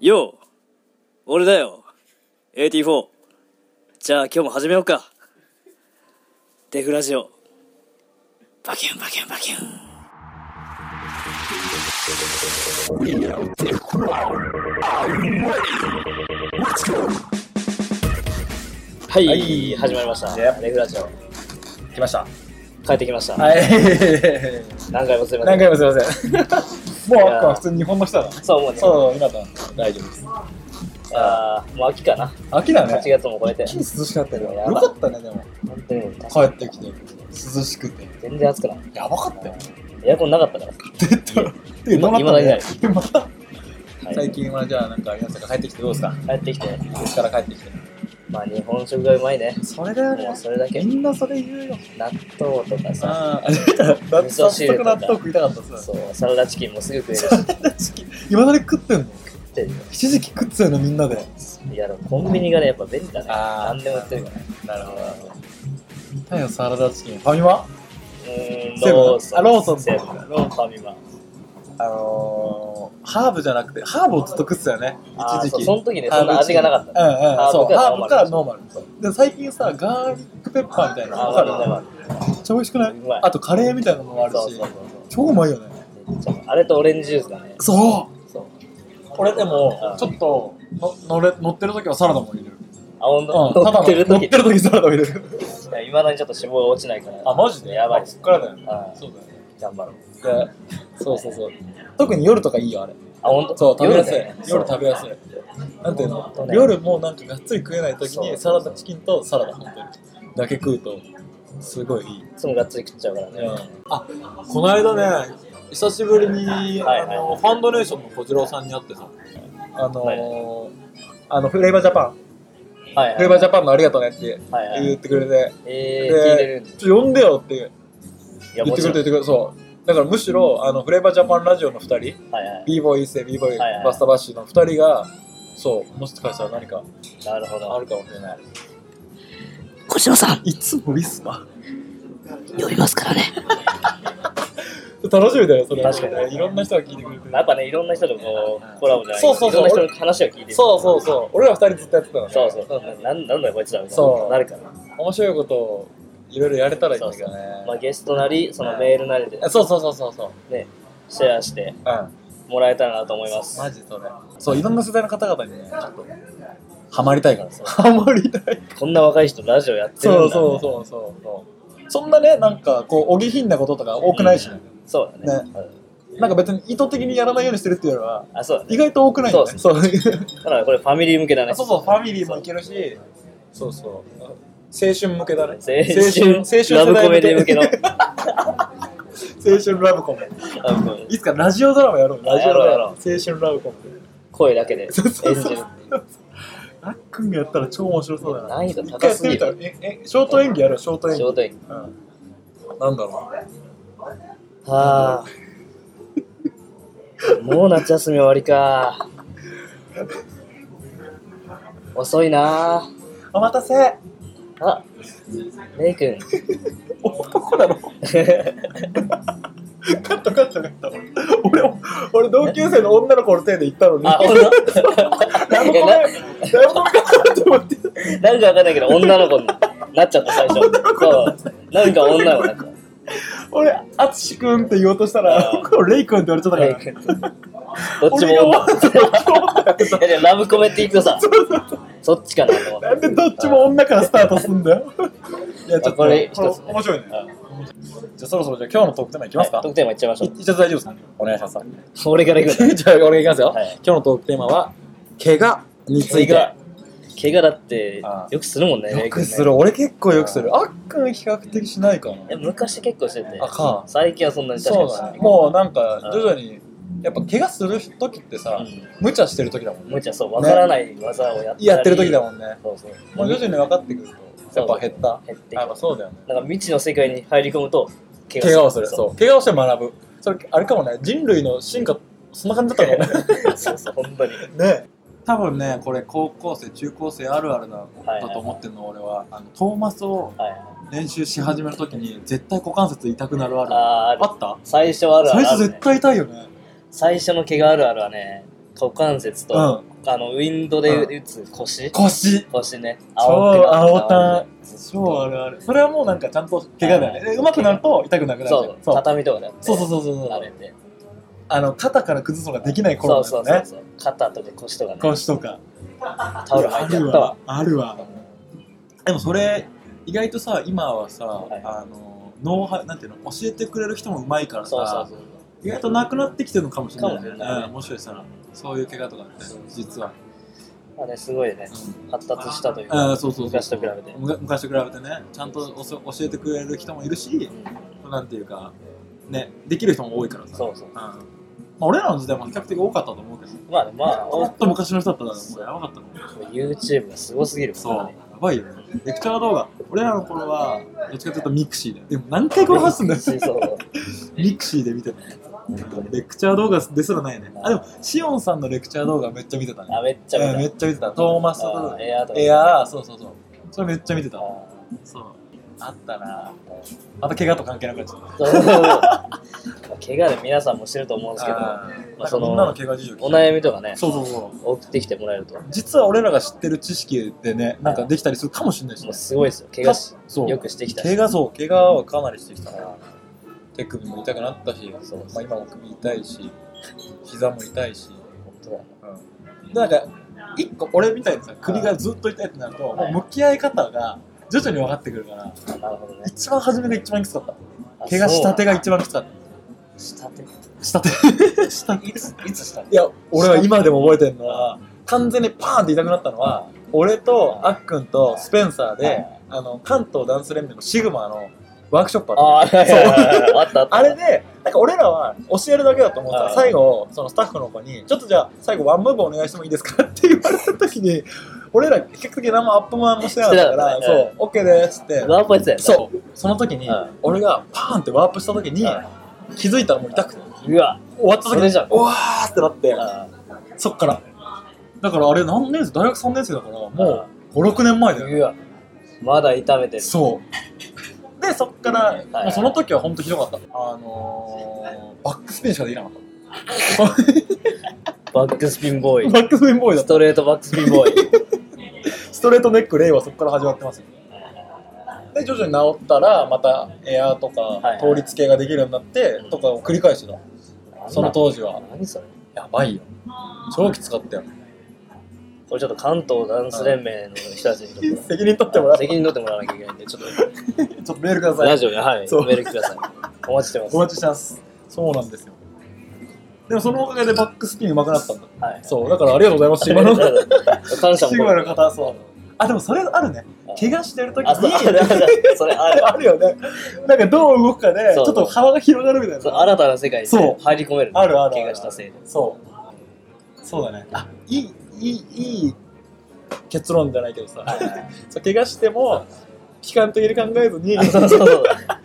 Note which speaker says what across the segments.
Speaker 1: よう俺だよ AT4 じゃあ今日も始めようかデフラジオバキュンバキュンバキュンはい、
Speaker 2: はい
Speaker 1: 始まりました、
Speaker 2: Yep
Speaker 1: デフラジオ
Speaker 2: 来ました。
Speaker 1: 帰ってきました、
Speaker 2: はい。
Speaker 1: 何回もすいませ
Speaker 2: 何
Speaker 1: ん
Speaker 2: 回もすいません。もう
Speaker 1: いやー
Speaker 2: あとは普通に日本の人だな。
Speaker 1: そう思うね
Speaker 2: そう、今だ。大丈夫です。
Speaker 1: あーもう秋かな
Speaker 2: 秋だ
Speaker 1: 8
Speaker 2: ね。
Speaker 1: 月も超えて
Speaker 2: 秋涼しかったけど、
Speaker 1: やば
Speaker 2: よかったね、でも。
Speaker 1: 本当に
Speaker 2: 帰ってきて、涼しくて。
Speaker 1: 全然暑くない
Speaker 2: やばかったよ。
Speaker 1: エアコンなかったからさ
Speaker 2: 出 た。で、
Speaker 1: 今
Speaker 2: また
Speaker 1: 未だ
Speaker 2: ね
Speaker 1: に。
Speaker 2: で、また。
Speaker 1: はい
Speaker 2: 最近はじゃあ、なんか、皆さんが帰ってきてどうですか
Speaker 1: 帰ってきて
Speaker 2: うちから帰ってきて。
Speaker 1: まあ日本食がうまいね
Speaker 2: それだよ
Speaker 1: もうそれだけ
Speaker 2: みんなそれ言うよ。
Speaker 1: 納豆とかさ
Speaker 2: あ あ、出た。
Speaker 1: 味噌
Speaker 2: 早
Speaker 1: 汁
Speaker 2: 速
Speaker 1: とか
Speaker 2: 納豆食いたかったっす。
Speaker 1: そうサラダチキンもすぐ食えるし
Speaker 2: 今だに食ってんの
Speaker 1: 食ってるよ
Speaker 2: 一時期食ってたよね、みんなで。
Speaker 1: いやでもコンビニがねやっぱ便利だね
Speaker 2: あー
Speaker 1: 何でも売ってるから
Speaker 2: なるほど。タイのサラダチキン。ファミマ
Speaker 1: うーん
Speaker 2: セブン
Speaker 1: ローソン
Speaker 2: あローソン
Speaker 1: セブンローソンファミマ
Speaker 2: あのー、ハーブじゃなくて、ハーブをずっと食ってたよね。
Speaker 1: あー
Speaker 2: 一時
Speaker 1: そう
Speaker 2: 期。
Speaker 1: その時ね
Speaker 2: ハ
Speaker 1: そ
Speaker 2: ー
Speaker 1: ん
Speaker 2: ブ
Speaker 1: な味がなかった
Speaker 2: うんうん、そう、
Speaker 1: ハ
Speaker 2: ハ
Speaker 1: ーブ
Speaker 2: ーブ
Speaker 1: か
Speaker 2: からら
Speaker 1: ノ
Speaker 2: ノーマル。で最近さ、ガーリックペッパーみたいなの
Speaker 1: あ
Speaker 2: わ
Speaker 1: ーわかる
Speaker 2: か
Speaker 1: わかる
Speaker 2: る超美味しくないう
Speaker 1: まい
Speaker 2: あとカレーみたいなのもある
Speaker 1: そう
Speaker 2: し
Speaker 1: そうそう、
Speaker 2: 超うまいよね。
Speaker 1: そうめっちゃうまいあれとオレンジジュースだね
Speaker 2: そう
Speaker 1: そう
Speaker 2: 俺で
Speaker 1: う
Speaker 2: も
Speaker 1: ん、
Speaker 2: ちょっとの乗れ乗ってる時はサラダも入れる。
Speaker 1: あ本
Speaker 2: うん、
Speaker 1: 当乗ってる
Speaker 2: ただの乗
Speaker 1: 時
Speaker 2: ってる時サラダも入れる。
Speaker 1: いまだにちょっと脂肪が落ちないから
Speaker 2: あ、マジで
Speaker 1: やばいっ
Speaker 2: そ
Speaker 1: す
Speaker 2: っからだよね。
Speaker 1: は
Speaker 2: そうだよね。
Speaker 1: い頑張ろう
Speaker 2: でそうそうそう。特に夜とかいいよ、あれ。
Speaker 1: あ本当
Speaker 2: そう、食べやすい。
Speaker 1: だよ
Speaker 2: 夜,、
Speaker 1: ね
Speaker 2: 食べやすい。なんていう
Speaker 1: 本当
Speaker 2: の、
Speaker 1: ね
Speaker 2: 夜もうなんかがっつり食えない時
Speaker 1: そう
Speaker 2: にサラダチキンとサラダ本当にだけ食うと、すごいいい。
Speaker 1: いつもがっつり食っちゃうからね、
Speaker 2: うんあ、この間ね、久しぶりに、
Speaker 1: はいはい
Speaker 2: あのファンドネーションの小次郎さんに会ってさ、あのー
Speaker 1: は
Speaker 2: あのフレーバージャパン、
Speaker 1: はい
Speaker 2: フレ
Speaker 1: は
Speaker 2: ーバージャパンのありがとうねって
Speaker 1: い、はいは
Speaker 2: 言
Speaker 1: い、
Speaker 2: ってくれて、
Speaker 1: えー、聞いて
Speaker 2: で
Speaker 1: るんだ
Speaker 2: ちょっと呼んでよって
Speaker 1: いや
Speaker 2: 言
Speaker 1: も
Speaker 2: って
Speaker 1: ち
Speaker 2: く
Speaker 1: ろ
Speaker 2: れ
Speaker 1: ん
Speaker 2: て、言ってくれてそう。だからむしろ、あのフレーバージャパンラジオの2人、
Speaker 1: はいはい
Speaker 2: b ボーイ一世 b ボーイ
Speaker 1: はいはい
Speaker 2: バスタバッシュの2人がそうもしかしたら何か
Speaker 1: なるほど。
Speaker 2: あるかもしれない
Speaker 1: 小次郎さん、
Speaker 2: いつもリスナ
Speaker 1: 呼びますからね。
Speaker 2: ー楽しみだよそれ
Speaker 1: 確かに
Speaker 2: いろんな人が聞いてくれてる
Speaker 1: やっぱね、いろんな人とこう、コラボじゃない
Speaker 2: そうそうそう
Speaker 1: いろんな人の話を聞いてる。
Speaker 2: そうそうそう俺ら2人ずっとやってたのね
Speaker 1: そうそうそう。なんなんだよ、こいつら。
Speaker 2: そう
Speaker 1: なるから。
Speaker 2: 面白いことをいろいろやれたらいいんだけどね
Speaker 1: まあ、ゲストなり、そのメールなりで、
Speaker 2: そうそうそうそうそう
Speaker 1: ね、シェアして
Speaker 2: うん
Speaker 1: もらえたらなと思います。
Speaker 2: マジそれそういろんな世代の方々にねちょっとハマりたいからさ ハマりたい
Speaker 1: こんな若い人、ラジオやってるんだ、
Speaker 2: そ
Speaker 1: ね。
Speaker 2: うそうそうそうそうそんなねなんかこうお下品なこととか多くないしね
Speaker 1: そうだね。
Speaker 2: ね
Speaker 1: うん
Speaker 2: なんか別に意図的にやらないようにしてるっていうよりは
Speaker 1: あ、そうだね。
Speaker 2: 意外と多くないよね。そう
Speaker 1: だからこれ、ファミリー向けだね。
Speaker 2: そうそう、ファミリーもいけるし、そうそう。青春向けだね。
Speaker 1: 青春、ラブコメディ向け の。
Speaker 2: 青春ラブコメ。
Speaker 1: ラ ブコメ
Speaker 2: いつかラジオドラマやろう。ラジオド
Speaker 1: や
Speaker 2: ラマ。
Speaker 1: ろう
Speaker 2: 青春ラブコメ。
Speaker 1: 声だけで演
Speaker 2: そうそう
Speaker 1: じ
Speaker 2: そう
Speaker 1: る。
Speaker 2: ラックンがやったら超面白そうだな。
Speaker 1: 難易度
Speaker 2: 一回
Speaker 1: 高
Speaker 2: やっ
Speaker 1: す
Speaker 2: て
Speaker 1: ぎ
Speaker 2: みたら
Speaker 1: る。、
Speaker 2: え、え、ショート演技やろう、ショート演
Speaker 1: ち
Speaker 2: 技
Speaker 1: ょ。うどいい。
Speaker 2: うんなんだろ
Speaker 1: はあ。もう夏休み終わりか。遅いなあ。
Speaker 2: う。お待たせ
Speaker 1: あ、レイ君。
Speaker 2: 男だろ カットカットカット。俺、俺同級生の女の子の手で言ったの に。
Speaker 1: あ、ほん
Speaker 2: ラブコメラブコメかなって思って。
Speaker 1: なんかわかんないけど、女の子になっちゃった、最初。そう。なんか女の子になっちゃっ
Speaker 2: 俺、あつしくんって言おうとしたら
Speaker 1: あ、
Speaker 2: これレイくんって言われちゃっ
Speaker 1: た。
Speaker 2: たか
Speaker 1: レ
Speaker 2: ら
Speaker 1: イ。君。どっちも
Speaker 2: 俺が
Speaker 1: 女
Speaker 2: 思ってた
Speaker 1: いや。でもラブコメっていくとさ、そっちかなと思って。
Speaker 2: なんでどっちも女からスタートすんだよ。いや、ちょっと、
Speaker 1: これ一つね
Speaker 2: 面白いね。
Speaker 1: うん
Speaker 2: じゃあそろそろじゃあ今日のトークテーマいきますか。
Speaker 1: はい得点もいっちゃいましょ
Speaker 2: い一応大丈夫ですかお願いします。
Speaker 1: う。俺からいく んだ。
Speaker 2: じゃあ俺がいきますよ。
Speaker 1: はい
Speaker 2: 今日のトークテーマは、怪我について。
Speaker 1: 怪我、怪我だって
Speaker 2: あ、
Speaker 1: よくするもんね、レ
Speaker 2: よ
Speaker 1: イ君
Speaker 2: く
Speaker 1: ね
Speaker 2: する。俺結構よくする。あっくん比較的しないかな。
Speaker 1: え昔結構してて
Speaker 2: あか
Speaker 1: 最近はそんなに確か
Speaker 2: そう
Speaker 1: にし
Speaker 2: だ
Speaker 1: な
Speaker 2: ね。
Speaker 1: い
Speaker 2: もうなんか徐々に、やっぱ怪我する時ってさ、無茶してる時だもん
Speaker 1: うん
Speaker 2: ね。
Speaker 1: むちゃそうわからない技をやったり
Speaker 2: やってる時だもんね。
Speaker 1: そうそう
Speaker 2: もう徐々に分かってくると、やっぱ減った。
Speaker 1: 減ってき
Speaker 2: やっぱ
Speaker 1: た
Speaker 2: そうだよね。
Speaker 1: なんか未知の世界に入り込むと怪
Speaker 2: 怪我をする。そうう。怪我をして学ぶ。それ、あれかもね、人類の進化、そんな感じだったかもね。
Speaker 1: そうそう本当に
Speaker 2: ね多分ね、これ高校生、中高生あるあるだ
Speaker 1: はい
Speaker 2: だと思ってるの、俺は。あの、トーマスを
Speaker 1: はい
Speaker 2: 練習し始めるときに、絶対股関節痛くなるある。あ
Speaker 1: あーある
Speaker 2: った
Speaker 1: 最初はあるあ
Speaker 2: 最
Speaker 1: るあ
Speaker 2: 初
Speaker 1: るね
Speaker 2: 絶対痛いよね。
Speaker 1: 最初の怪我あるあるはね股関節と、あの、ウィンドで打つ腰、
Speaker 2: 腰
Speaker 1: 腰ね。
Speaker 2: 超青
Speaker 1: くな
Speaker 2: た
Speaker 1: る
Speaker 2: 超あるあるそれはもうなんかちゃんと怪我だねうまくなると痛くなくなるじゃん
Speaker 1: そうそう、畳とかでやって。
Speaker 2: そうそうそうそうそ
Speaker 1: あ
Speaker 2: う
Speaker 1: れで。
Speaker 2: あの肩から崩すのができない
Speaker 1: そ
Speaker 2: 頃
Speaker 1: う
Speaker 2: だ
Speaker 1: そ
Speaker 2: よ
Speaker 1: うそう
Speaker 2: ね
Speaker 1: そう。肩とか腰とかね。
Speaker 2: 腰とか
Speaker 1: タオル巻いてやったわ。
Speaker 2: あるわあるわでもそれ意外とさ今はさ、
Speaker 1: はい
Speaker 2: あのノウハウなんていうの教えてくれる人もうまいからさ
Speaker 1: そうそうそう。
Speaker 2: 意外となくなってきてるのかもしれな
Speaker 1: か
Speaker 2: い
Speaker 1: もしれないね
Speaker 2: うん、もしかしたらそういう怪我とかって実は、
Speaker 1: まあね、すごいね、発達したという
Speaker 2: うん
Speaker 1: か。
Speaker 2: あーそうそうそう
Speaker 1: 昔と比べて
Speaker 2: むか昔と比べてねちゃんとおそ教えてくれる人もいるしなんていうかねできる人も多いからさ
Speaker 1: そうそう
Speaker 2: うんまあ、俺らの時代も比較的多かったと思うけど
Speaker 1: まあね、まあ、
Speaker 2: も
Speaker 1: お
Speaker 2: っと昔の人だったらもうやばかったと思う
Speaker 1: YouTube がすごすぎる
Speaker 2: そう
Speaker 1: から
Speaker 2: や
Speaker 1: ね。
Speaker 2: ばいよねレクチャー動画俺らの頃はどっちかというとミクシーだよでも何回これ話すんだよ
Speaker 1: そうそうそう。
Speaker 2: ミクシーで見てたうんレクチャー動画ですらないねあでもシオンさんのレクチャー動画めっちゃ見てたね
Speaker 1: あ、めっちゃ
Speaker 2: うんめ
Speaker 1: 見
Speaker 2: っちゃ見てたトーマス
Speaker 1: た。あーエアーとか。
Speaker 2: エアーそうそうそうそれめっちゃ見てた
Speaker 1: あー
Speaker 2: そうあったなまた怪我と関係なくなっちゃっ
Speaker 1: そうそうそうまあ 怪我で皆さんもしてると思うんですけど、
Speaker 2: た
Speaker 1: ま
Speaker 2: ま
Speaker 1: あ、
Speaker 2: あそ
Speaker 1: そ
Speaker 2: の女
Speaker 1: の
Speaker 2: の怪我事情聞いた
Speaker 1: お悩みとかね、
Speaker 2: そうそうそう
Speaker 1: 送ってきてもらえると、も
Speaker 2: 実は俺らが知ってる知識でねなんかできたりするかもしれないしね
Speaker 1: うすごいですよ、怪我し
Speaker 2: そう
Speaker 1: よくしてきたし
Speaker 2: 怪。我そう怪我はかなりしてきたから
Speaker 1: あ
Speaker 2: 手首も痛くなったし、
Speaker 1: そう
Speaker 2: まあ、今も首痛いし膝も痛いし、
Speaker 1: ー本当だね
Speaker 2: うん、なんか一個俺みたいにさ首がずっと痛いってなるともう向き合い方が徐々に分かってくるから
Speaker 1: あなるほどね。
Speaker 2: 一番初めが一番きつかった
Speaker 1: あ
Speaker 2: 怪我したてが一番きつかっ
Speaker 1: そうしたてい
Speaker 2: たしたてしたて
Speaker 1: ついつしたて
Speaker 2: いや俺は今でも覚えてるのは完全にパーンって痛くなったのは俺とあっくんとスペンサーであの関東ダンス連盟のシグマのワークショップあった
Speaker 1: あー、いやいやいやあったあった。
Speaker 2: あれで、なんか俺らは教えるだけだと思った
Speaker 1: は
Speaker 2: ら、
Speaker 1: い
Speaker 2: 最後、そのスタッフの子に、ちょっとじゃあ最後ワンムーブお願いしてもいいですかって言われた時に、俺ら比較的何もアップマンもしてなかったから、
Speaker 1: してなか
Speaker 2: そう、OK ですって。
Speaker 1: ワープやつやね
Speaker 2: そう、その時に
Speaker 1: はい、
Speaker 2: 俺がパーンってワープした時に、
Speaker 1: は
Speaker 2: 気づいたらもう痛くて、
Speaker 1: い。うわ、
Speaker 2: 終わった
Speaker 1: そ
Speaker 2: 時
Speaker 1: れ
Speaker 2: に、
Speaker 1: じゃん。
Speaker 2: うわーってなって、
Speaker 1: あ
Speaker 2: そっから。だからあれ何年生大学3年生だから、も
Speaker 1: あ
Speaker 2: う5、6年前だよ。
Speaker 1: うわ、まだ痛めてる。
Speaker 2: そう。で、そっから、
Speaker 1: はい
Speaker 2: もうその時は本当ひどかった。あのー、バックスピンしかできなかった。
Speaker 1: バックスピンボーイ。
Speaker 2: バックスピンボーイ だ
Speaker 1: ス
Speaker 2: った。
Speaker 1: トレートバックスピンボーイ。
Speaker 2: ストレートネック、レイはそこから始まってます。で、徐々に治ったら、またエアーと
Speaker 1: は
Speaker 2: か、
Speaker 1: い
Speaker 2: 倒立系ができるようになって、とかを繰り返してた。 その当時は。
Speaker 1: 何それ
Speaker 2: やばいよ。超きつかったよ。
Speaker 1: これちょっと関東ダンス連盟の人たちにちょっと。
Speaker 2: 責任取ってもらって、
Speaker 1: 責任取ってもらわなきゃいけないんで、ち ょっと
Speaker 2: ちょっとメールくださ
Speaker 1: ラ
Speaker 2: い。
Speaker 1: ジオに、はい、メ
Speaker 2: そう
Speaker 1: ールください。お待ちしてます。
Speaker 2: お待ちしてます。そうなんですよ。でもそのおかげでバックスピン上手くなったんだ。
Speaker 1: はい。
Speaker 2: そう、だからありがとうございます、 今の。
Speaker 1: 感謝も
Speaker 2: シグマの方はそう。あ、でもそれあるね。怪我してる時
Speaker 1: あ、そう、あ
Speaker 2: に
Speaker 1: れ、、あれそれ、あれ、
Speaker 2: あるよね。なんかどう動くかで、ち
Speaker 1: そ
Speaker 2: ょ
Speaker 1: う
Speaker 2: っと幅が広がるみたい
Speaker 1: そう
Speaker 2: な。
Speaker 1: 新たな世界に
Speaker 2: そ
Speaker 1: ね
Speaker 2: う
Speaker 1: 入り込めるね。
Speaker 2: あるあるある
Speaker 1: 怪我したせいで。
Speaker 2: そう。そうだね。あ、いい、いい、いい結論じゃないけどさ。 そう怪我しても、悲観的に考えずに
Speaker 1: あ、そうそうそう。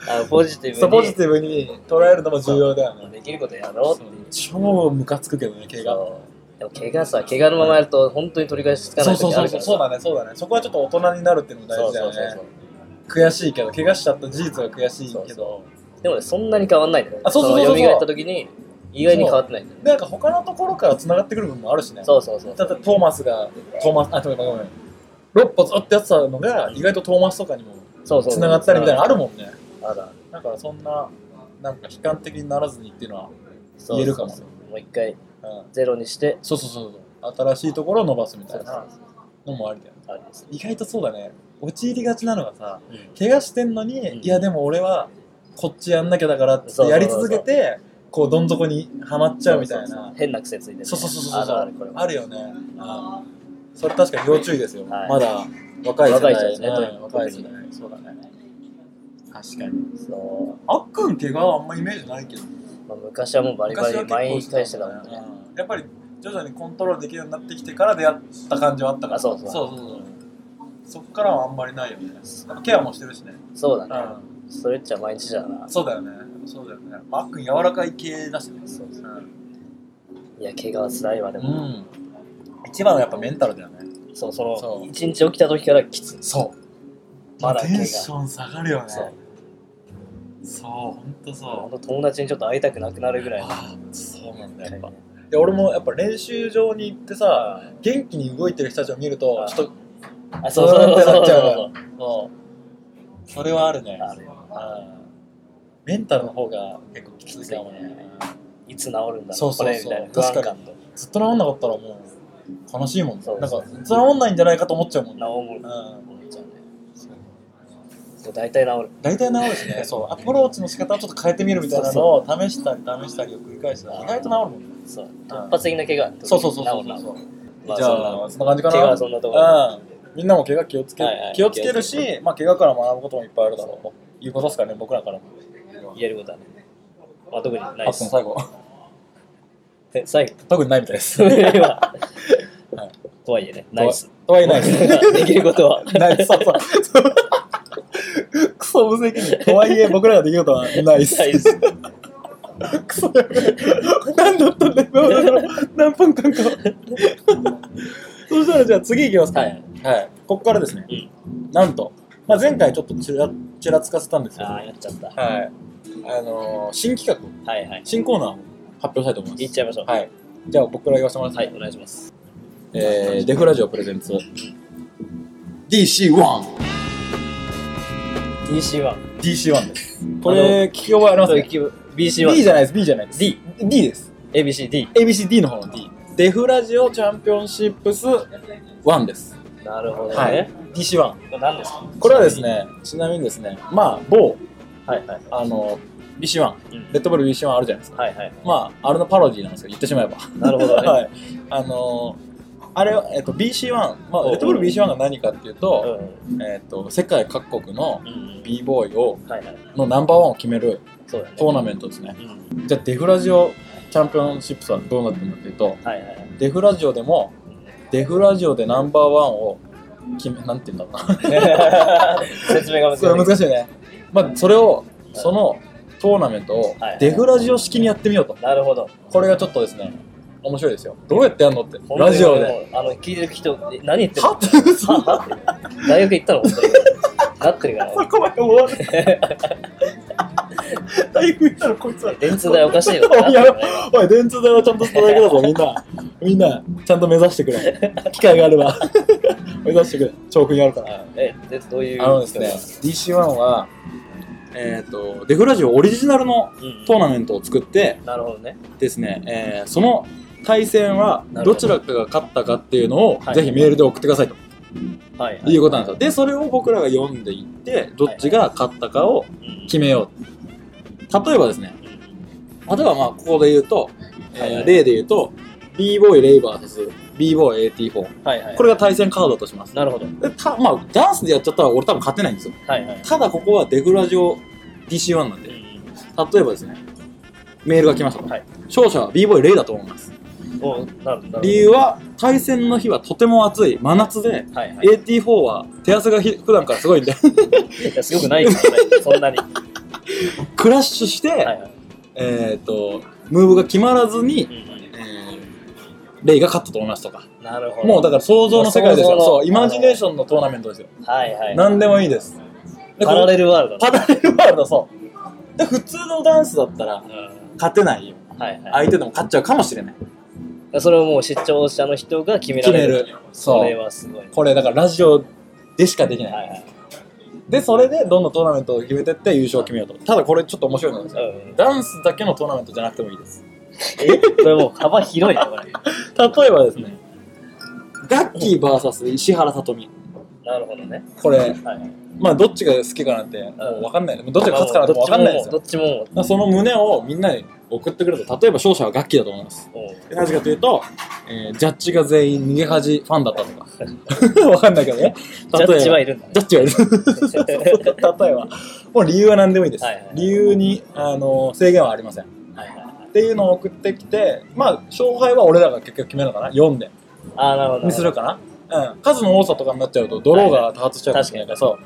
Speaker 1: あのポジティブに。
Speaker 2: そうポジティブに捉えるのも重要だよね。
Speaker 1: できることやろうっていう。
Speaker 2: 超ムカつくけどね、怪我。
Speaker 1: そうでも怪我さ、怪我のままやると本当に取り返しつか
Speaker 2: そ
Speaker 1: な
Speaker 2: う
Speaker 1: い
Speaker 2: そう
Speaker 1: 時あ
Speaker 2: そう
Speaker 1: るから
Speaker 2: そうそうだねそうだねそこはちょっと大人になるっていうのも大
Speaker 1: そう
Speaker 2: 事だ
Speaker 1: そうそう
Speaker 2: よ
Speaker 1: そ
Speaker 2: ね
Speaker 1: う
Speaker 2: 悔しいけど怪我しちゃった事実が悔しいけど
Speaker 1: そうでもねそんなに変わんないんだよね
Speaker 2: あそうそうそう
Speaker 1: の
Speaker 2: そう
Speaker 1: 蘇った時に意外に変わってないんだよね
Speaker 2: なんか他のところから繋がってくる部分もあるしね
Speaker 1: そうそうそう
Speaker 2: だってトーマスがトーマスあごめんごめん6歩ずっとやってたのが意外とトーマスとかにも
Speaker 1: そうそう
Speaker 2: 繋がったりみたいなのあるもんね
Speaker 1: あるある
Speaker 2: だからそんななんか悲観的にならずにっていうのは
Speaker 1: そう
Speaker 2: 言えるかも
Speaker 1: そうそうもう一回
Speaker 2: うん
Speaker 1: ゼロにして
Speaker 2: そうそうそうそう新しいところを伸ばすみたいな
Speaker 1: あ
Speaker 2: のもありだよね
Speaker 1: れですね
Speaker 2: 意外とそうだね陥りがちなのがさ
Speaker 1: うん
Speaker 2: 怪我してんのに、
Speaker 1: ん
Speaker 2: いやでも俺はこっちやんなきゃだからっつっ
Speaker 1: そう
Speaker 2: て
Speaker 1: そうそ
Speaker 2: やり
Speaker 1: うそう
Speaker 2: 続けてこうどん底にはまっちゃうみたいな
Speaker 1: そうそうそう変な癖ついてるね
Speaker 2: そうそうそうそ
Speaker 1: あ
Speaker 2: う
Speaker 1: るあるこれ
Speaker 2: あるよねあーそれ確かに要注意ですよ、
Speaker 1: はい
Speaker 2: まだ若い世
Speaker 1: 若い
Speaker 2: 代
Speaker 1: 世代ですね特に
Speaker 2: 若い世代そうだね確かに
Speaker 1: そ
Speaker 2: あっくん怪我はあんまイメージないけど
Speaker 1: う、まあ、昔はもうバリバ
Speaker 2: 昔は
Speaker 1: リ
Speaker 2: 結構
Speaker 1: 毎
Speaker 2: し
Speaker 1: 回してたもんね
Speaker 2: うんやっぱり徐々にコントロールできるようになってきてから出会った感じはあったから
Speaker 1: あそうそう
Speaker 2: そうそうそっからはあんまりないよねケアもしてるしね、
Speaker 1: そうだ
Speaker 2: う
Speaker 1: ね、
Speaker 2: ん
Speaker 1: ストレッチは毎日だな
Speaker 2: そうだよね。そうだよね。マックン柔らかい系だしね。
Speaker 1: そうそう
Speaker 2: う
Speaker 1: いや怪我はつらいわでも、
Speaker 2: ん。一番はやっぱメンタルだよね。
Speaker 1: そうその
Speaker 2: そう
Speaker 1: 一日起きた時からきつい
Speaker 2: そう。
Speaker 1: まだ
Speaker 2: テ
Speaker 1: 怪我
Speaker 2: ンション下がるよね。
Speaker 1: そう
Speaker 2: そう、ほんと
Speaker 1: 本
Speaker 2: そ
Speaker 1: 当友達にちょっと会いたくなくなるぐ
Speaker 2: う。
Speaker 1: らいの
Speaker 2: ああ、そうなんだよ。やっぱ。や俺もやっぱ練習場に行ってさ元気に動いてる人たちを見ると
Speaker 1: はい
Speaker 2: ちょっと
Speaker 1: あ、そうそうそう
Speaker 2: そうな
Speaker 1: そ
Speaker 2: っ
Speaker 1: う
Speaker 2: ちゃ
Speaker 1: そうう
Speaker 2: のよそうそれはあるね
Speaker 1: あるよ
Speaker 2: うんメンタルの方が結構きついかもね
Speaker 1: いつ治るんだ
Speaker 2: そ
Speaker 1: ろ
Speaker 2: う
Speaker 1: う、
Speaker 2: そ
Speaker 1: こ
Speaker 2: う
Speaker 1: れ
Speaker 2: そう
Speaker 1: みたいな不安感と。
Speaker 2: ずっと治んなかったらもう悲しいもんね
Speaker 1: そう
Speaker 2: なん
Speaker 1: そ
Speaker 2: か
Speaker 1: う
Speaker 2: ずっと治んないんじゃないかと思っちゃうもん
Speaker 1: 治
Speaker 2: ね
Speaker 1: る
Speaker 2: う
Speaker 1: もん。
Speaker 2: ん
Speaker 1: 思っちゃうねそう大体治る。
Speaker 2: 大体治るしね そうアプローチの仕方をちょっと変えてみるみたいなのを試したり試したりを繰り返して意外と治るもんね
Speaker 1: そう。突発的な怪我の時に
Speaker 2: そうそうそう
Speaker 1: 治
Speaker 2: そう
Speaker 1: る治る
Speaker 2: そう
Speaker 1: まあ
Speaker 2: じゃあそんな感じかな
Speaker 1: 怪我はそんなところ。
Speaker 2: うん、みんなも怪我気をつけ,、
Speaker 1: はいはい
Speaker 2: 気をつけるし、まあ、怪我から学ぶこともいっぱいあるだろうということですかね、僕らからも。
Speaker 1: 言えることはね。まあ特にない
Speaker 2: あ
Speaker 1: で
Speaker 2: その
Speaker 1: す。
Speaker 2: 最後、
Speaker 1: で最後。
Speaker 2: 特にないみたいです。 い
Speaker 1: とはいえね、ないです。
Speaker 2: とはいえな いです。
Speaker 1: できることは。
Speaker 2: ないです。 そうそう。クソ無責任。とはいえ、僕らができることはないです。
Speaker 1: ないです。
Speaker 2: クソやべえ。何だったんだよ、何分間か。そしたら、じゃあ次行きますか。
Speaker 1: はい。
Speaker 2: はい。ここからですね、
Speaker 1: う
Speaker 2: なんと、まあ、前回ちょっとちらちらつかせたんですけど、
Speaker 1: ああ、
Speaker 2: はい。
Speaker 1: やっちゃった。
Speaker 2: あのー新企画。
Speaker 1: はいはい。
Speaker 2: 新コーナーを発表したいと思いま
Speaker 1: いっ
Speaker 2: す。
Speaker 1: ちゃいましょう。
Speaker 2: はい。じゃあ僕から言わせてもらいま
Speaker 1: は
Speaker 2: す。
Speaker 1: い、お願いします。
Speaker 2: えー、デフラジオプレゼンツ DC1。
Speaker 1: DC は
Speaker 2: DC1 です。これ、聞き覚えありますね
Speaker 1: BC は
Speaker 2: ?B じゃないです、B じゃないです。
Speaker 1: D、
Speaker 2: D です。
Speaker 1: ABCD。
Speaker 2: ABCD の方の D。デフラジオチャンピオンシップス1です。
Speaker 1: なるほど
Speaker 2: は
Speaker 1: ね
Speaker 2: い。。DC1。
Speaker 1: これ何ですか
Speaker 2: これはです。ね、ちなみにですね、まあ、某、
Speaker 1: はいはい。
Speaker 2: あの、BC1、
Speaker 1: うん
Speaker 2: レッドブル BC1 あるじゃないですか。
Speaker 1: はいはい。
Speaker 2: まあ、あれのパロディなんですけど、言ってしまえば。
Speaker 1: なるほどね。
Speaker 2: はい。あのーあれは、えっと、BC1、まあ、
Speaker 1: うん
Speaker 2: レッドブル BC1 が何かっていうと、
Speaker 1: う
Speaker 2: えっと、世界各国の
Speaker 1: ん。うん。
Speaker 2: b ボーイを、
Speaker 1: はいはい。
Speaker 2: のナンバーワンを決める
Speaker 1: そうだね。
Speaker 2: トーナメントですね。
Speaker 1: うん。
Speaker 2: じゃあ、デフラジオチャンピオンシップスはどうなってるんだっていうと、
Speaker 1: はいはいはい。
Speaker 2: デフラジオでも、デフラジオでナンバーワンを決め、なんて言うんだろう
Speaker 1: 説明が 難
Speaker 2: な。
Speaker 1: しい。
Speaker 2: それ難しいね。まあ、それを、そのトーナメントを
Speaker 1: はい
Speaker 2: デフラジオ式にやってみようと。
Speaker 1: なるほど。
Speaker 2: これがちょっとですね、面白いですよ。どうやってやるのって。
Speaker 1: 本当に
Speaker 2: ラジオで。
Speaker 1: もう。あの、聞いてる人、え何言ってる
Speaker 2: は
Speaker 1: の
Speaker 2: って
Speaker 1: ははって大学行ったの本当に。なってるから
Speaker 2: そ。こまで終わる。 大学行ったらこいつは。
Speaker 1: 電通代おかしいよ。
Speaker 2: おい や
Speaker 1: なってるから
Speaker 2: おい、電通代はちゃんと叩くだぞ、みんな。みんな、ちゃんと目指してくれ。機会があれば。 目指してくれ。長訓やるから。
Speaker 1: え、でどういう。
Speaker 2: あのですね、DC1 は、えっ、と、デフラジオオリジナルの
Speaker 1: うん。
Speaker 2: トーナメントを作って
Speaker 1: なるほどね。
Speaker 2: ですね、えーその対戦は
Speaker 1: なる
Speaker 2: ど
Speaker 1: ほど
Speaker 2: ちらかが勝ったかっていうのを、
Speaker 1: はい
Speaker 2: ぜひメールで送ってくださいと
Speaker 1: はいはい。
Speaker 2: いうことなんですよ。で、それを僕らが読んでいって、どっちが勝ったかを
Speaker 1: うん
Speaker 2: 決めよう。例えばですね、
Speaker 1: うん
Speaker 2: 例えばまあ、ここで言うと、えー
Speaker 1: はいはい
Speaker 2: 例で言うと、b ボーイレイバー vs b ボーイ AT4。
Speaker 1: はいはい。
Speaker 2: これが対戦カードだとします。
Speaker 1: なるほど。
Speaker 2: でたまあ、ダンスでやっちゃったら俺多分勝てないんですよ。
Speaker 1: はいはい。
Speaker 2: ただここはデフラジオ DC1 なんで、
Speaker 1: うん
Speaker 2: 例えばですね、メールが来ましたと。
Speaker 1: はい
Speaker 2: 勝者は b ボーイレイだと思います。
Speaker 1: おなるほど。
Speaker 2: 理由は、対戦の日はとても暑い、真夏で、
Speaker 1: はいはい。
Speaker 2: AT4 は手汗がひ普段からすごいんで、
Speaker 1: いや、すごくないですね。そんなに。は
Speaker 2: クラッシュして、
Speaker 1: いはい。
Speaker 2: えっ、と、ムーブが決まらずに、
Speaker 1: うん
Speaker 2: えーレイが勝ったと思いますとか。
Speaker 1: なるほど。
Speaker 2: もうだから想像の世界ですよ。
Speaker 1: 想像の
Speaker 2: そう、イマジネーションのトーナメントですよ。
Speaker 1: はいはい。
Speaker 2: 何でもいいです。で
Speaker 1: パラレルワール
Speaker 2: こ
Speaker 1: ド。
Speaker 2: のパラレルワールド、そう。で、普通のダンスだったら
Speaker 1: う、ん
Speaker 2: 勝てないよ。
Speaker 1: はいはい。
Speaker 2: 相手でも勝っちゃうかもしれない。
Speaker 1: それをもう視聴者の人が決めら
Speaker 2: 決
Speaker 1: れ
Speaker 2: め
Speaker 1: る。
Speaker 2: る。そ
Speaker 1: これ
Speaker 2: う。
Speaker 1: はすごい。
Speaker 2: これ、だからラジオでしかできない。
Speaker 1: はいはい。
Speaker 2: で、それでどんどんトーナメントを決めてって優勝を決めようと。ただこれちょっと面白いのがですね。
Speaker 1: うん
Speaker 2: ダンスだけのトーナメントじゃなくてもいいです。
Speaker 1: え、これもう幅広いね、これ。
Speaker 2: 例えばですね、ガッキー VS 石原さとみ。
Speaker 1: なるほどね。
Speaker 2: これ、
Speaker 1: はいはい。
Speaker 2: まあどっちが好きかなんて、もう分かんない。どっちが勝つかなんて分かんないですよ
Speaker 1: ど。っちももう、どっ
Speaker 2: まあその胸をみんなに送ってくれると、例えば勝者は楽器だと思います。
Speaker 1: ちももう。
Speaker 2: でなぜかというと、えージャッジが全員逃げ恥ファンだったとか。わ かんないけどね。
Speaker 1: ジャッジはいるんだね
Speaker 2: ジャッジはいる。 例えば。もう理由は何でもいいです。
Speaker 1: はいはいはい
Speaker 2: 理由に、あの制限はありません。っ
Speaker 1: はいはい。
Speaker 2: ていうのを送ってきて、まあ、勝敗は俺らが結局決めるのかな ?4 で。
Speaker 1: ああ、なるほど。
Speaker 2: にするかなうん。数の多さとかになっちゃうと、ドローが多発しちゃうかもしれないから、そ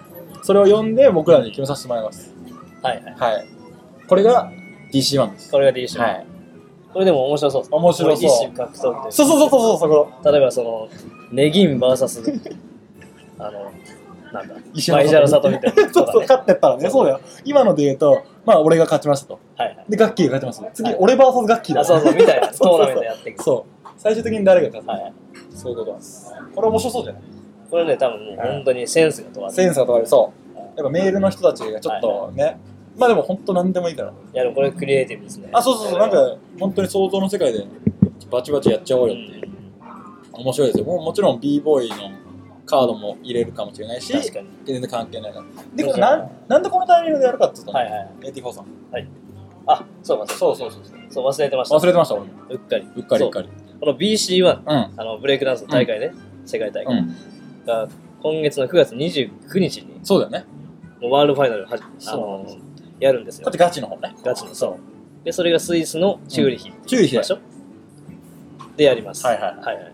Speaker 2: う。それを4で僕らに決めさせてもらいます。
Speaker 1: はいはい。
Speaker 2: はい。これが DC1 です。
Speaker 1: これが D 賞。
Speaker 2: はい。
Speaker 1: これでも面白そうです。
Speaker 2: 面白そう
Speaker 1: 一種格闘技という
Speaker 2: そうそうそうそうそう、そこ。
Speaker 1: 例えばその、ネギン VS、あの、なんだ
Speaker 2: 石
Speaker 1: まあ石
Speaker 2: 原
Speaker 1: 原
Speaker 2: さ
Speaker 1: さ
Speaker 2: と
Speaker 1: と
Speaker 2: み
Speaker 1: みたいな
Speaker 2: そうそう、
Speaker 1: だね
Speaker 2: 勝ってったらね、そうだよ。今ので言うと、まあ、俺が勝ちましたと。
Speaker 1: はいはい
Speaker 2: で、ガッキーが勝ちます。次、
Speaker 1: はい
Speaker 2: 俺 VS ガッキーだ。
Speaker 1: あそうそうみたいな
Speaker 2: そう
Speaker 1: ト
Speaker 2: そうそう
Speaker 1: ーナメントやっていく
Speaker 2: そう。最終的に誰が勝つの
Speaker 1: はい
Speaker 2: そういうことなんです。これ面白そうじゃない
Speaker 1: これね多分もう本当にセンスが問われ
Speaker 2: セ
Speaker 1: る
Speaker 2: ンサーとかで、そう。やっぱメールの人たちがちょっとね、まあでも本当何でもいいから。
Speaker 1: いやでもこれクリエイティブですね
Speaker 2: あ、そうそうそう、なんか本当に想像の世界でバチバチやっちゃおうよっていう。面白いですよ。もうもちろん b ボーイのカードも入れるかもしれないし、
Speaker 1: 確かに
Speaker 2: 全然関係ないから。で、
Speaker 1: そう
Speaker 2: こ
Speaker 1: そう
Speaker 2: れなんなんでこのタイミングでやるかって言ったの、
Speaker 1: はいはい
Speaker 2: い、?84 さん。
Speaker 1: あそうかそう
Speaker 2: そうそうそう。
Speaker 1: うそう忘れてました
Speaker 2: 忘れてました、俺も。
Speaker 1: うっかり
Speaker 2: うっかり
Speaker 1: そう
Speaker 2: うっかり。
Speaker 1: この BC は
Speaker 2: うん。
Speaker 1: あのブレイクダンスの大会ね、世界大
Speaker 2: う
Speaker 1: 会
Speaker 2: ん。
Speaker 1: が今月の9月29日に
Speaker 2: そうだよね。
Speaker 1: もうワールドファイナルはじあ
Speaker 2: そうなん
Speaker 1: の
Speaker 2: です
Speaker 1: やるんです
Speaker 2: だっ
Speaker 1: よ
Speaker 2: てガチの方ね。
Speaker 1: ガチのそうでそれがスイスのチューリヒ
Speaker 2: 注意して
Speaker 1: 場。所、でやります
Speaker 2: はいはい
Speaker 1: はいはい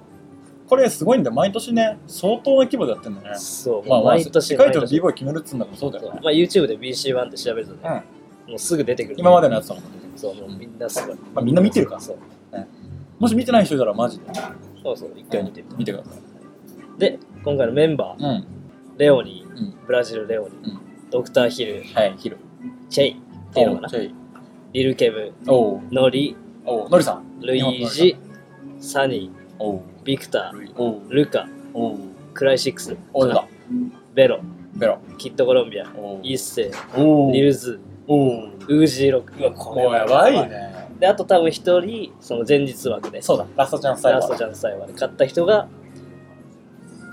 Speaker 2: これすごいんだよ。毎年ね、相当な規模でやってんだよね。
Speaker 1: そう、ま
Speaker 2: まあ、
Speaker 1: あ、毎年
Speaker 2: 世界一の
Speaker 1: 毎年
Speaker 2: b ボーイ決めるっつうんだからそうだよね。
Speaker 1: まあ、YouTube で BC1 って調べるとね、もうすぐ出てくる
Speaker 2: 今までのやつだもんね。
Speaker 1: そうもうみんなすごい、
Speaker 2: まあみんな見てるから
Speaker 1: そう
Speaker 2: もし見てない人いたらマジで
Speaker 1: そうそう一回見てみた、
Speaker 2: 見てください。
Speaker 1: で今回のメンバー
Speaker 2: うん。
Speaker 1: レオニー、
Speaker 2: うん
Speaker 1: ブラジルレオニー、
Speaker 2: う
Speaker 1: ドクターヒル
Speaker 2: はい、ヒル。
Speaker 1: チェイっていうのかな
Speaker 2: おう
Speaker 1: リルケブ
Speaker 2: おう
Speaker 1: ノリ
Speaker 2: おうノリさん。
Speaker 1: ルイージサニ
Speaker 2: おう
Speaker 1: ービクタ
Speaker 2: ルイおう
Speaker 1: ールカ
Speaker 2: おう
Speaker 1: クライシックス
Speaker 2: おうだ。
Speaker 1: ベロ
Speaker 2: ベロ。
Speaker 1: キッドコロンビア
Speaker 2: おう
Speaker 1: イッセイ
Speaker 2: おう
Speaker 1: リュウズ
Speaker 2: おう
Speaker 1: ウージーロックうわこ
Speaker 2: もうやばいね。
Speaker 1: であと多分一人その前日枠で
Speaker 2: そうだ、ラストチャンス最
Speaker 1: ラスト
Speaker 2: 後
Speaker 1: チ。ャンス最後まで勝った人が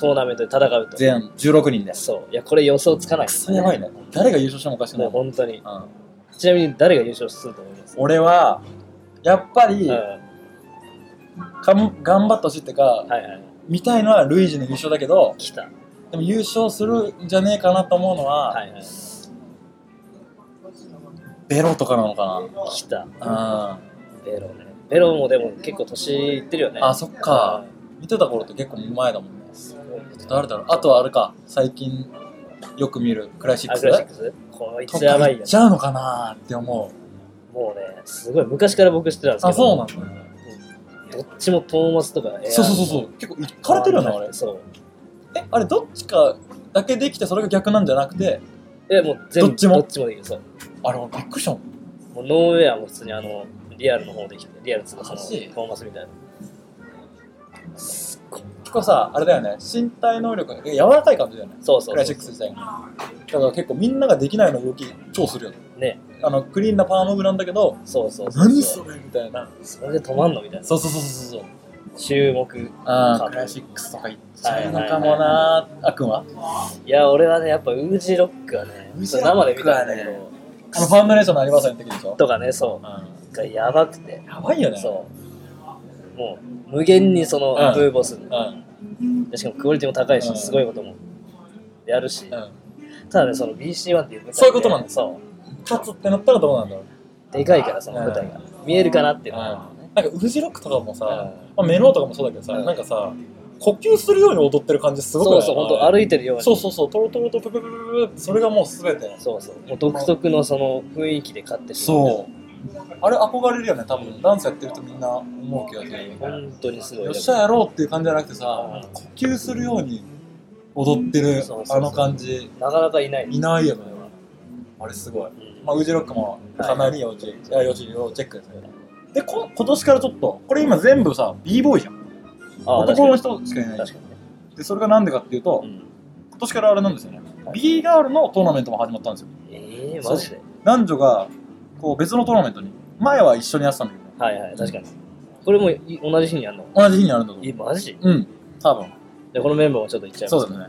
Speaker 1: トーナメントで戦うと
Speaker 2: 全16人です。
Speaker 1: そういやこれ予想つかない
Speaker 2: くそやばいね。誰が優勝してもおかしくな
Speaker 1: も。
Speaker 2: いう
Speaker 1: 本当に
Speaker 2: うん
Speaker 1: ちなみに誰が優勝すると思います
Speaker 2: 俺は、やっぱり
Speaker 1: うん、は
Speaker 2: かん頑張ってほしいっていうか
Speaker 1: い、はい
Speaker 2: 見たいのはルイージの優勝だけど、
Speaker 1: 来た
Speaker 2: でも優勝するんじゃねえかなと思うの
Speaker 1: は
Speaker 2: は、
Speaker 1: いはい
Speaker 2: ベロとかなのか
Speaker 1: 来た
Speaker 2: な。
Speaker 1: ベロねベロもでも結構年いってるよ
Speaker 2: う
Speaker 1: ね
Speaker 2: ん。あ、そっか。見てた頃って結構前だもんね。誰だろうあとはあれか、最近よく見るクラシッ
Speaker 1: ア
Speaker 2: ク
Speaker 1: グラシッ
Speaker 2: ス
Speaker 1: クスこい
Speaker 2: と
Speaker 1: つや
Speaker 2: か
Speaker 1: ば
Speaker 2: い
Speaker 1: い
Speaker 2: っ
Speaker 1: よ
Speaker 2: ちゃうのかなって思う。
Speaker 1: もうねすごい昔から僕知ってたんですけど
Speaker 2: あ、そうなんだ。
Speaker 1: どっちもトーマスとかエアー
Speaker 2: そうそうそうそう。結構いかれてるよね、あれ。
Speaker 1: そう
Speaker 2: え、あれどっちかだけできてそれが逆なんじゃなくて、
Speaker 1: えもう全部
Speaker 2: どっちも
Speaker 1: どっちもできるそう
Speaker 2: あれ俺びっくりしたもん。
Speaker 1: もうノーウェアも普通にあのリアルの方できてリアルっつうかその
Speaker 2: マジ
Speaker 1: トーマスみたいな
Speaker 2: 結構さ、あれだよね、身体能力が柔らかい感じだよね。
Speaker 1: そうそ
Speaker 2: ク
Speaker 1: う
Speaker 2: ラ
Speaker 1: そ
Speaker 2: シックス自体が。だから結構みんなができないの動き超するよね。
Speaker 1: うね
Speaker 2: あの、クリーンなパワームーブなんだけど、
Speaker 1: そうそうそう
Speaker 2: 何それみたいな。
Speaker 1: それで止まんのみたいな
Speaker 2: そうそうそうそうそう。
Speaker 1: 注目
Speaker 2: あ
Speaker 1: ー
Speaker 2: クラシックスとかいっちゃうのかもなーあくんはい
Speaker 1: や俺はねやっぱウージーロックはね
Speaker 2: ウージーロ
Speaker 1: 生で
Speaker 2: ッ
Speaker 1: 見
Speaker 2: クは
Speaker 1: た
Speaker 2: ね
Speaker 1: んだけど
Speaker 2: あのファンドネーションのありませんの時でしょ
Speaker 1: とかねそううがやばくて
Speaker 2: んやばいよね
Speaker 1: そうもう無限にその
Speaker 2: うん
Speaker 1: ブーボス
Speaker 2: うんうん
Speaker 1: でしかもクオリティも高いし、
Speaker 2: うん
Speaker 1: すごいこともやるし、ただねその BC1 っていう舞台で
Speaker 2: そういうことなんだ
Speaker 1: そ
Speaker 2: 勝つってなったらどうなんだろう
Speaker 1: うでかいからその舞台が、見えるかなっていうのが、
Speaker 2: なんかウジロックとかもさ、
Speaker 1: うん
Speaker 2: まあ、メローとかもそうだけどさ、
Speaker 1: うん
Speaker 2: なんかさ呼吸するように踊ってる感じすごくな
Speaker 1: そそ
Speaker 2: いう
Speaker 1: う本当歩いてるように
Speaker 2: そうそうそうトロトロとプププププってそれがもう全て
Speaker 1: そうそうもう独特のその雰囲気で勝ってしまう
Speaker 2: そうあれ憧れるよね多分ダンスやってるとみんな思う気がする
Speaker 1: 本当にすごい
Speaker 2: よっしゃやろうっていう感じじゃなくてさ
Speaker 1: うん
Speaker 2: 呼吸するように踊ってる
Speaker 1: そうそうそう
Speaker 2: あの感じ
Speaker 1: なかなかいない、
Speaker 2: いないよねあれすごい、
Speaker 1: うん
Speaker 2: まあ、ウジロックもかなり要注意、いや要注意要チェックですけどでこ今年からちょっとこれ今全部さ b ボーイじゃん
Speaker 1: ああ
Speaker 2: 男の人しかいない
Speaker 1: 確かにね、
Speaker 2: でそれがなんでかっていうと、
Speaker 1: うん
Speaker 2: 今年からあれなんですよね
Speaker 1: はい
Speaker 2: b ガールのトーナメントも始まったんですよ
Speaker 1: ええマジで
Speaker 2: 男女がこう別のトーナメントに前は一緒にやってたんだけど
Speaker 1: はいはい確かにこれもい同じ日にやるの
Speaker 2: 同じ日にやるんだと思
Speaker 1: えマジ
Speaker 2: ううん多分
Speaker 1: でこのメンバーもちょっといっちゃいます
Speaker 2: そうですね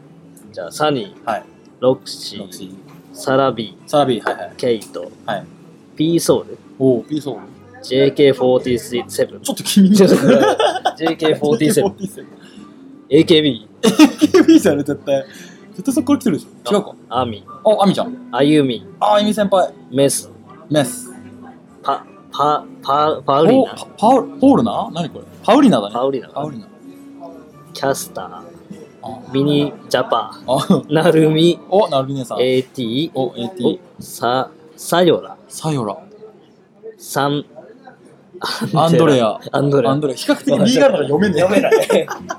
Speaker 1: じゃあサニー、
Speaker 2: はい
Speaker 1: ロクシ
Speaker 2: ロクシ
Speaker 1: ー
Speaker 2: ー
Speaker 1: サラビ
Speaker 2: サラビーはいはい
Speaker 1: ーケイト、
Speaker 2: はい、
Speaker 1: ピーソウル
Speaker 2: おおピーソール
Speaker 1: JK437
Speaker 2: ちょっと君に
Speaker 1: JK47 AKB
Speaker 2: AKB じゃね絶対絶対そこから来てるでしょ違うか
Speaker 1: アミ
Speaker 2: ああみちゃん
Speaker 1: アユミ
Speaker 2: ああみ先輩
Speaker 1: メス
Speaker 2: メス
Speaker 1: パパパパウリナ
Speaker 2: おパパウポールナ何これパウリナだね
Speaker 1: パウリナ
Speaker 2: パウリナ
Speaker 1: キャスタ
Speaker 2: あ
Speaker 1: ーミニジャパ
Speaker 2: あ
Speaker 1: ナルミ
Speaker 2: おなるみねさん
Speaker 1: AT
Speaker 2: お AT
Speaker 1: ささよら
Speaker 2: サヨラ
Speaker 1: サン
Speaker 2: アンドレア。
Speaker 1: アンドレア
Speaker 2: アンドレア。比較的 B ガルが読めんね
Speaker 1: 読めない。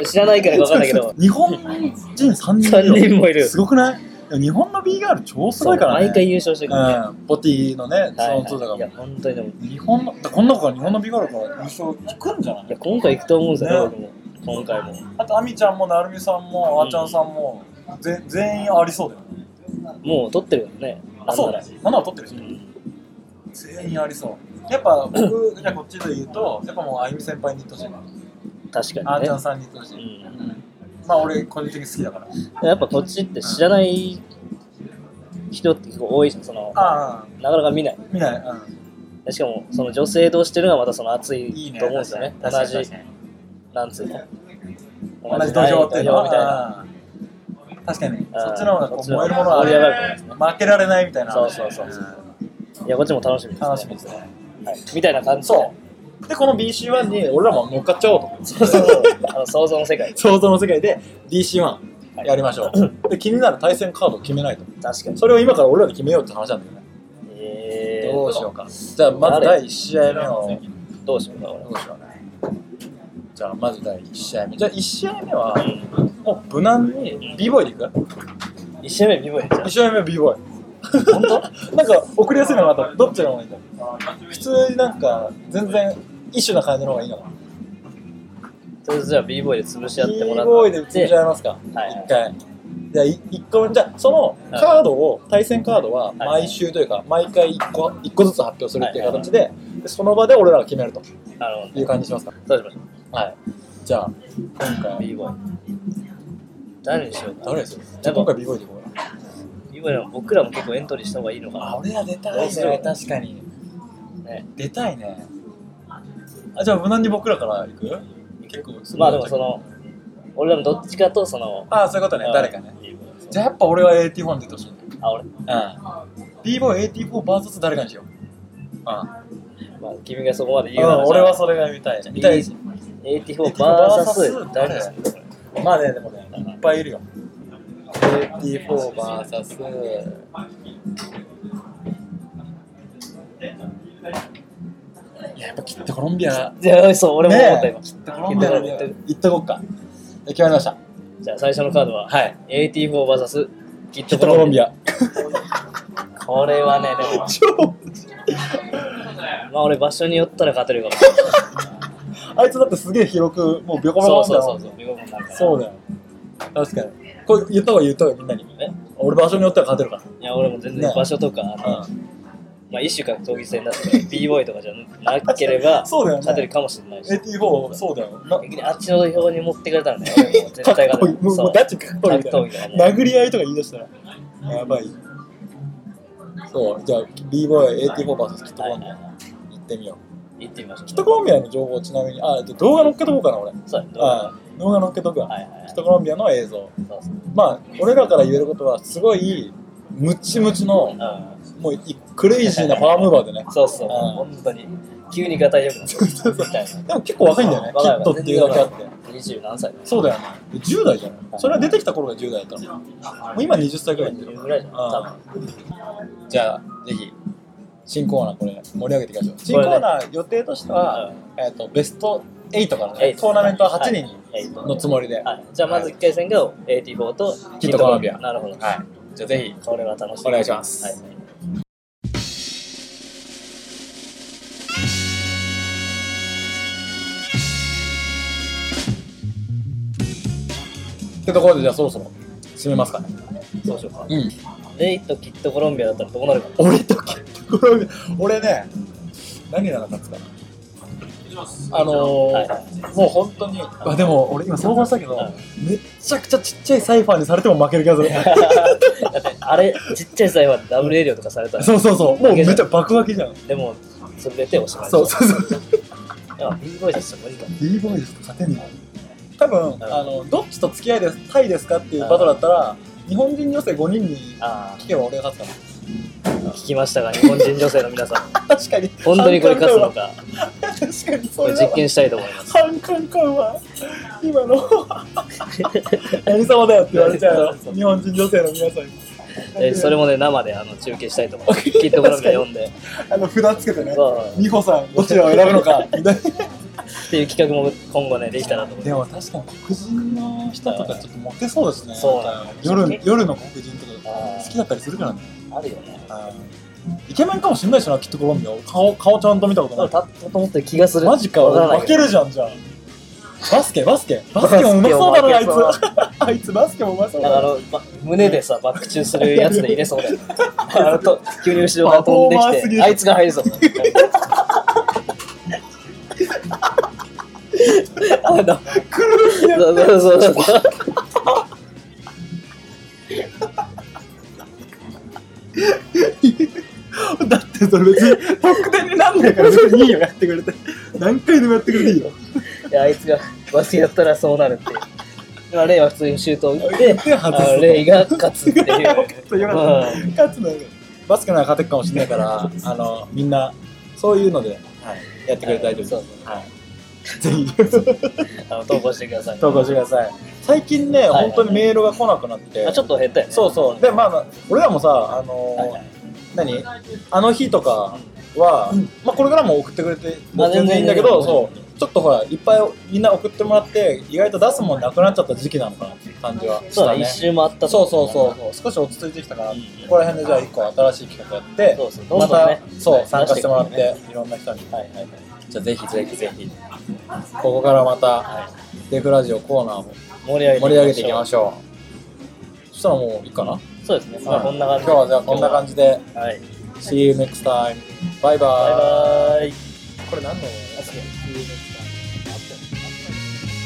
Speaker 1: 知らないから分かんないけど。
Speaker 2: 日本人3人
Speaker 1: 3人もいる
Speaker 2: すごくないでも日本の B ガール超す
Speaker 1: そ
Speaker 2: ご
Speaker 1: う
Speaker 2: いからね。
Speaker 1: 毎回優勝してくる。はい
Speaker 2: うん、ポティのね、そ
Speaker 1: はい
Speaker 2: のそうだか
Speaker 1: いや、
Speaker 2: ら。
Speaker 1: 本当にでも。い
Speaker 2: 日本の、こんな子が日本の B ガールから優勝くんじゃない
Speaker 1: や、今回行くと思うんですよ、
Speaker 2: ね
Speaker 1: 僕も。今回も。
Speaker 2: あと、アミちゃんも、なるみさんも、あーちゃんさんも、ぜ全員ありそうだよね。
Speaker 1: もう取ってるからね。
Speaker 2: あ、そうだ
Speaker 1: なん
Speaker 2: ね。7を取ってるし。全員ありそう。やっぱ、僕、じゃあこっちで言うと、やっぱもう、あゆみ先輩に言ってほしいな。
Speaker 1: 確
Speaker 2: あ
Speaker 1: か
Speaker 2: ーち
Speaker 1: に
Speaker 2: ゃん
Speaker 1: ね。
Speaker 2: さんに言ってほし
Speaker 1: う
Speaker 2: い。うんんまあ、俺、個人的に好きだから。
Speaker 1: やっぱこっちって知らない人って結構多いし、その、
Speaker 2: ああ、
Speaker 1: なかなか見ない。
Speaker 2: 見ない。うん。
Speaker 1: しかも、その女性同士っていうのがまたその熱
Speaker 2: いい
Speaker 1: い
Speaker 2: ね。
Speaker 1: と思うんですよね。同
Speaker 2: 確かに
Speaker 1: じ
Speaker 2: 確か、に
Speaker 1: なんつうの。
Speaker 2: 同じ土俵ってい
Speaker 1: 同じ土俵みたい
Speaker 2: うの
Speaker 1: な。
Speaker 2: はうん確かに
Speaker 1: うん
Speaker 2: そっちの方がこう燃えるものは
Speaker 1: 盛り上がると思いますね。
Speaker 2: 負けられないみたいな
Speaker 1: そうそうそうそ
Speaker 2: ん
Speaker 1: いや、こっちも楽しみですね。
Speaker 2: 楽しみですね
Speaker 1: はい。みたいな感じで。
Speaker 2: そうでこの BC1 に俺らも乗っかっちゃおうと思って
Speaker 1: そうそう。 あの想像の世界。
Speaker 2: 想像の世界で DC1 やりましょうで気になる対戦カードを決めないと
Speaker 1: 確かに。
Speaker 2: それを今から俺らで決めようって話なんだよね
Speaker 1: えー、
Speaker 2: どうしようかじゃあまず
Speaker 1: 誰
Speaker 2: 第1試合目を
Speaker 1: どうしようか、俺
Speaker 2: ど。うしようねじゃあまず第1試合目じゃあ1試合目は
Speaker 1: うん
Speaker 2: もう無難に b ボーイでいく
Speaker 1: 一試合目見ぼえちゃう
Speaker 2: 一。試合目は b ボーイ本当 なんか送りやすいのかなとどっちの方がいいんだろう普通になんか全然一種な感じの方がいいのかな
Speaker 1: とりあえずじゃあ b ボーイで潰し合ってもら
Speaker 2: b ボーイ
Speaker 1: っ
Speaker 2: で
Speaker 1: て。
Speaker 2: 打ち合いますか
Speaker 1: はいはい
Speaker 2: 一回じゃあい一個目じゃあそのカードを対戦カードは毎週というか毎回一個一個ずつ発表するっていう形ででその場で俺らが決めると
Speaker 1: なるほど。
Speaker 2: いう感じにしますか
Speaker 1: どうしましょ
Speaker 2: はいじゃあ
Speaker 1: う。
Speaker 2: 今回
Speaker 1: b ボーイ。誰にしようか。
Speaker 2: 誰ですよじゃあ今回 b ボーイでいこうか
Speaker 1: b ボーイは僕らも結構エントリーした方がいいのか
Speaker 2: あ
Speaker 1: な。
Speaker 2: 俺ら出た
Speaker 1: どうする
Speaker 2: 確かに
Speaker 1: ね、
Speaker 2: 出たいねあじゃあ無難に僕らから行く結構
Speaker 1: まあでもその、俺らのどっちかとその、
Speaker 2: ああそういうことね
Speaker 1: うん
Speaker 2: 誰かね
Speaker 1: B ボーイ
Speaker 2: じゃあやっぱ俺は AT4 に出てほしいね
Speaker 1: あ、俺、
Speaker 2: うん b ボーイ AT4VS 誰かにしよううんあ
Speaker 1: まあ、君がそこまで言うなら
Speaker 2: 俺はそれが見たい見たいし
Speaker 1: AT4 バーサス誰ですか
Speaker 2: まあねでもねいっぱいいるよ AT4VS いややっぱきっとコロンビア
Speaker 1: いや、そう、俺も思った今。
Speaker 2: ねえコロンビアなんで行っとこっか決まりました
Speaker 1: じゃあ最初のカードは、
Speaker 2: はい。
Speaker 1: AT4 VS キッ
Speaker 2: き
Speaker 1: ト
Speaker 2: っとコロンビ
Speaker 1: ア。
Speaker 2: ア。
Speaker 1: これはね、でも、
Speaker 2: 超
Speaker 1: まあ俺場所によったら勝てるかもしれない。
Speaker 2: あいつだってすげえ広く、もうビョコビョコ
Speaker 1: そう
Speaker 2: なん
Speaker 1: そうそ
Speaker 2: だよ
Speaker 1: うそう。見事になるから
Speaker 2: そうだよ。確かに。これ言った方がいい言った方がいいみんなに。
Speaker 1: え
Speaker 2: 俺場所によっては勝てるか
Speaker 1: いや、俺も全然
Speaker 2: ね
Speaker 1: 場所とか、
Speaker 2: ら。うん。
Speaker 1: まあ一種格闘技戦だった ら、b ボーイとかじゃなければ、
Speaker 2: そうだよね
Speaker 1: 勝てるかもしれないし。
Speaker 2: AT4、そうだよ。な
Speaker 1: 逆にあっちの土俵に持ってくれたら ね、俺も絶対
Speaker 2: かっこ
Speaker 1: 勝
Speaker 2: い
Speaker 1: て
Speaker 2: い。
Speaker 1: る。
Speaker 2: もうもうガチかっこいいみた
Speaker 1: 格闘
Speaker 2: い
Speaker 1: 技だね
Speaker 2: な。殴り合いとか言い出したら。やばい。そう、じゃあ、b ボーイ AT4VS キットコ
Speaker 1: はいは
Speaker 2: ロン
Speaker 1: い
Speaker 2: ビア
Speaker 1: は
Speaker 2: 行ってみよう。
Speaker 1: い。行ってみましょう。
Speaker 2: キットコロンビアの情報ちなみに、あ、じゃあ動画載っけとこうかな、俺。
Speaker 1: そうだね
Speaker 2: うん。動画載っけとくわ。
Speaker 1: はいはいはい
Speaker 2: キットコロンビアの映像。
Speaker 1: そうそう
Speaker 2: まあ、俺らから言えることは、すごい、ムチムチの、
Speaker 1: う
Speaker 2: もうい、クレイジーなパワームーバーでね
Speaker 1: ん。そうそう、
Speaker 2: うん
Speaker 1: 本当に。急に硬いよくなるみたい
Speaker 2: でも結構若いんだよね、キ
Speaker 1: 若い
Speaker 2: ットっていうだけあっ
Speaker 1: 若
Speaker 2: て。
Speaker 1: な。二十何歳だよ。
Speaker 2: そうだよね。10代じゃないそれは出てきた頃が10代だったの。もう今20歳ぐらいだ
Speaker 1: 20ぐらいじゃん。多分。
Speaker 2: うんじゃあ、ぜひ、新コーナーこれ、盛り上げていきましょう。新コーナー予定としては、えっと、ベスト8からね、
Speaker 1: 8
Speaker 2: トーナメントは8人
Speaker 1: はい
Speaker 2: のつもりで。は
Speaker 1: はい、じゃあまず1回戦が AT4 と
Speaker 2: キットコロンビア
Speaker 1: なるほど。
Speaker 2: い。じゃあ、ぜひ、
Speaker 1: これは楽しみ。
Speaker 2: お願いします
Speaker 1: はい、
Speaker 2: ってところで、じゃあそろそろ、締めますかね。
Speaker 1: そうしようか。
Speaker 2: うん。
Speaker 1: レイとキットコロンビアだったらどうなるか。
Speaker 2: 俺とキットコロンビア俺ね何がなかったかなあのー
Speaker 1: はい
Speaker 2: もう本当にあでも俺今想像したけど、
Speaker 1: はい
Speaker 2: めっちゃくちゃちっちゃいサイファーにされても負ける気がする
Speaker 1: だってあれ、ちっちゃい際はダブルエリオとかされたら、
Speaker 2: そうそうそうもうめっちゃ爆湧きじゃん
Speaker 1: でも、それでおしまい。
Speaker 2: そうそうそう
Speaker 1: いや、b ボーイですよ、無理だ。
Speaker 2: b ボーイですと勝てんの多分、
Speaker 1: ん
Speaker 2: あのどっちと付き合いですタイですかっていうバトルだったら、日本人女性5人に
Speaker 1: あ
Speaker 2: 聞けば俺が勝つか
Speaker 1: あ、聞きましたが、日本人女性の皆 さん、
Speaker 2: な確かに
Speaker 1: 本当にこれ勝つのか、
Speaker 2: 反感感は確かにそ
Speaker 1: こ
Speaker 2: う
Speaker 1: れ実験したいと思います。
Speaker 2: 反感感は 今の何様だよって言われちゃうよ日本人女性の皆さんに
Speaker 1: でそれもね生であの中継したいと思 って聞いてもらうから読んで
Speaker 2: あの札つけてね
Speaker 1: そう
Speaker 2: 美穂さんどちらを選ぶ のかみたいな
Speaker 1: っていう企画も今後ねできたらと思って
Speaker 2: でも確かに黒人の人とかちょっとモテそうですね
Speaker 1: そう
Speaker 2: なんか夜夜の黒人とか
Speaker 1: あ
Speaker 2: 好きだったりするからね
Speaker 1: ーあるよね
Speaker 2: イケメンかもしれないしなきっとコロンビア顔顔ちゃんと見たこと
Speaker 1: 多分
Speaker 2: ない
Speaker 1: たったと思ってる気がする
Speaker 2: マジか
Speaker 1: わからない
Speaker 2: 負けるじゃんじゃあバスケバスケバスケもうまそうだなあいつ
Speaker 1: バスケ
Speaker 2: あいつバスケもうまそう
Speaker 1: だ からあ
Speaker 2: だな
Speaker 1: のば胸でさバック中するやつで入れそうだ よねあのと急に後ろから飛ん
Speaker 2: パフォーマー
Speaker 1: で
Speaker 2: す
Speaker 1: き
Speaker 2: ぎ
Speaker 1: て
Speaker 2: る
Speaker 1: あいつが入 るぞあのそうそうそうそう
Speaker 2: だってそれ別に特典になんないから別にいいよやってくれて何回でもやってくれていいよ
Speaker 1: であいつがバスケやったらそうなるっていう。まあ、レイは普通にシュートを打っ
Speaker 2: で
Speaker 1: て、あ
Speaker 2: 外
Speaker 1: の
Speaker 2: す
Speaker 1: レイが勝つっていう。
Speaker 2: そうよかった勝つのよバスケなら勝てるかもしれないからあのみんなそういうのでやってくれて大丈夫です
Speaker 1: そう
Speaker 2: はいぜひ
Speaker 1: あの投稿してください。
Speaker 2: 投稿してください最近ね、
Speaker 1: はい
Speaker 2: 本当にメールが来なくなって、
Speaker 1: まあ、ちょっと減ったよね。
Speaker 2: そうそうでまあ俺らもさあのー
Speaker 1: はいはい
Speaker 2: 何あの日とかは、まあ、これからも送ってくれて
Speaker 1: まあ
Speaker 2: 全然いいんだけど、
Speaker 1: 全然
Speaker 2: そうちょっとほらいっぱいみんな送ってもらって意外と出すもんなくなっちゃった時期なのかなっていう感じはし
Speaker 1: そう
Speaker 2: た
Speaker 1: だ、
Speaker 2: ね
Speaker 1: 一周回った
Speaker 2: そうそうそうそう少し落ち着いてきたから、ここら辺でじゃあ一個新しい企画やって
Speaker 1: そうそうどんど
Speaker 2: ま
Speaker 1: んね
Speaker 2: たそう、
Speaker 1: はい
Speaker 2: 参加してもらって、
Speaker 1: 出して
Speaker 2: いろんな人に、はいはいはい、じゃあぜひぜひぜひここからまたデフラジオコーナーも
Speaker 1: 盛り上げて
Speaker 2: 盛り上げていきま
Speaker 1: ょ
Speaker 2: しょうそしたらもういいかな、
Speaker 1: う。そうですね。まあ、こんな感じ。
Speaker 2: 今日はじゃあこんな感じで
Speaker 1: じ。はい。
Speaker 2: See you next time バ
Speaker 1: バイ
Speaker 2: イバイ
Speaker 1: バーイ。
Speaker 2: これ何の
Speaker 1: あそう See you next time.